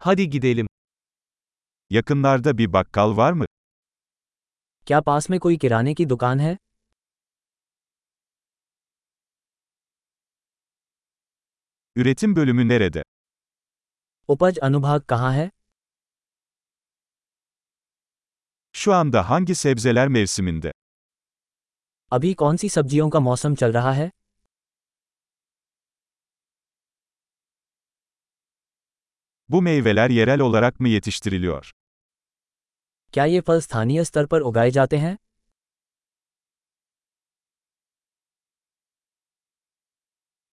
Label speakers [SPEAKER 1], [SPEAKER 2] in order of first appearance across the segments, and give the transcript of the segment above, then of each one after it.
[SPEAKER 1] Hadi gidelim.
[SPEAKER 2] Yakınlarda bir bakkal var mı?
[SPEAKER 3] क्या पास में कोई किराने की दुकान है
[SPEAKER 2] Üretim bölümü nerede?
[SPEAKER 3] उपज अनुभाग कहाँ है
[SPEAKER 2] Şu anda hangi sebzeler mevsiminde?
[SPEAKER 3] अभी कौन सी सब्जियों का मौसम चल रहा है
[SPEAKER 2] Bu meyveler yerel olarak mı yetiştiriliyor?
[SPEAKER 3] क्या ये फल स्थानीय स्तर पर उगाए जाते हैं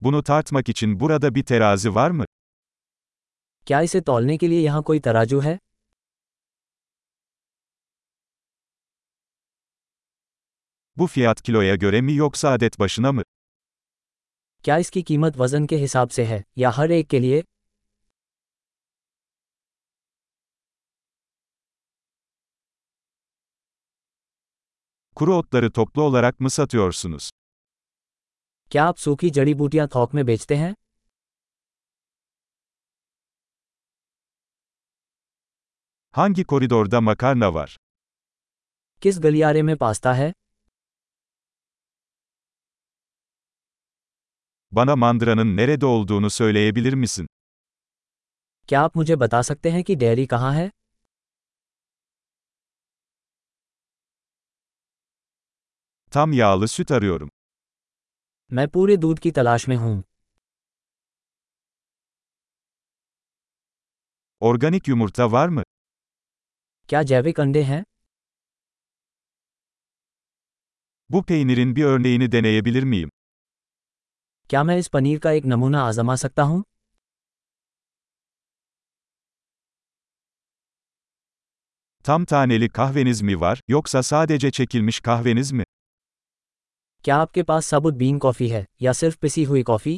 [SPEAKER 2] Bunu tartmak için burada bir terazi var mı?
[SPEAKER 3] क्या इसे तौलने के लिए यहाँ कोई तराजू है
[SPEAKER 2] Bu fiyat kiloya göre mi yoksa adet başına mı?
[SPEAKER 3] क्या इसकी कीमत वजन के हिसाब से है या हर एक के लिए
[SPEAKER 2] Kuru otları toplu olarak mı satıyorsunuz?
[SPEAKER 3] क्या आप सूखी जड़ी बूटियां थोक में बेचते हैं
[SPEAKER 2] Hangi koridorda makarna var?
[SPEAKER 3] किस गलियारे में पास्ता है
[SPEAKER 2] Bana mandıranın nerede olduğunu söyleyebilir misin?
[SPEAKER 3] क्या आप मुझे बता सकते हैं कि डेयरी कहाँ है
[SPEAKER 2] Tam yağlı süt arıyorum.
[SPEAKER 3] मैं पूरे दूध की तलाश में हूँ
[SPEAKER 2] Organik yumurta var mı?
[SPEAKER 3] क्या जैविक अंडे हैं
[SPEAKER 2] Bu peynirin bir örneğini deneyebilir miyim?
[SPEAKER 3] क्या मैं इस पनीर का एक नमूना आजमा सकता हूँ
[SPEAKER 2] Tam taneli kahveniz mi var yoksa sadece çekilmiş kahveniz mi?
[SPEAKER 3] क्या आपके पास साबुत बीन कॉफ़ी है या सिर्फ पिसी हुई coffee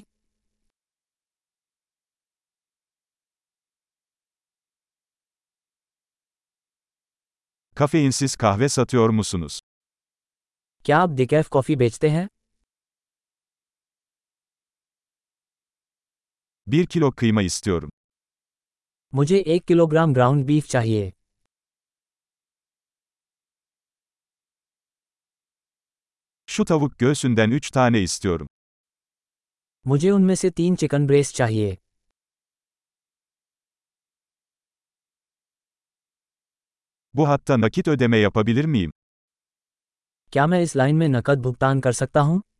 [SPEAKER 2] Kafeinsiz kahve satıyor musunuz?
[SPEAKER 3] क्या आप डिकैफ कॉफ़ी बेचते हैं
[SPEAKER 2] 1 kilo kıyma istiyorum.
[SPEAKER 3] मुझे एक किलोग्राम ग्राउंड बीफ चाहिए
[SPEAKER 2] Şu tavuk göğsünden 3 tane istiyorum.
[SPEAKER 3] मुझे उनमें से तीन चिकन ब्रेस्ट चाहिए
[SPEAKER 2] Bu hatta nakit ödeme yapabilir miyim?
[SPEAKER 3] क्या मैं इस लाइन में नकद भुगतान कर सकता हूँ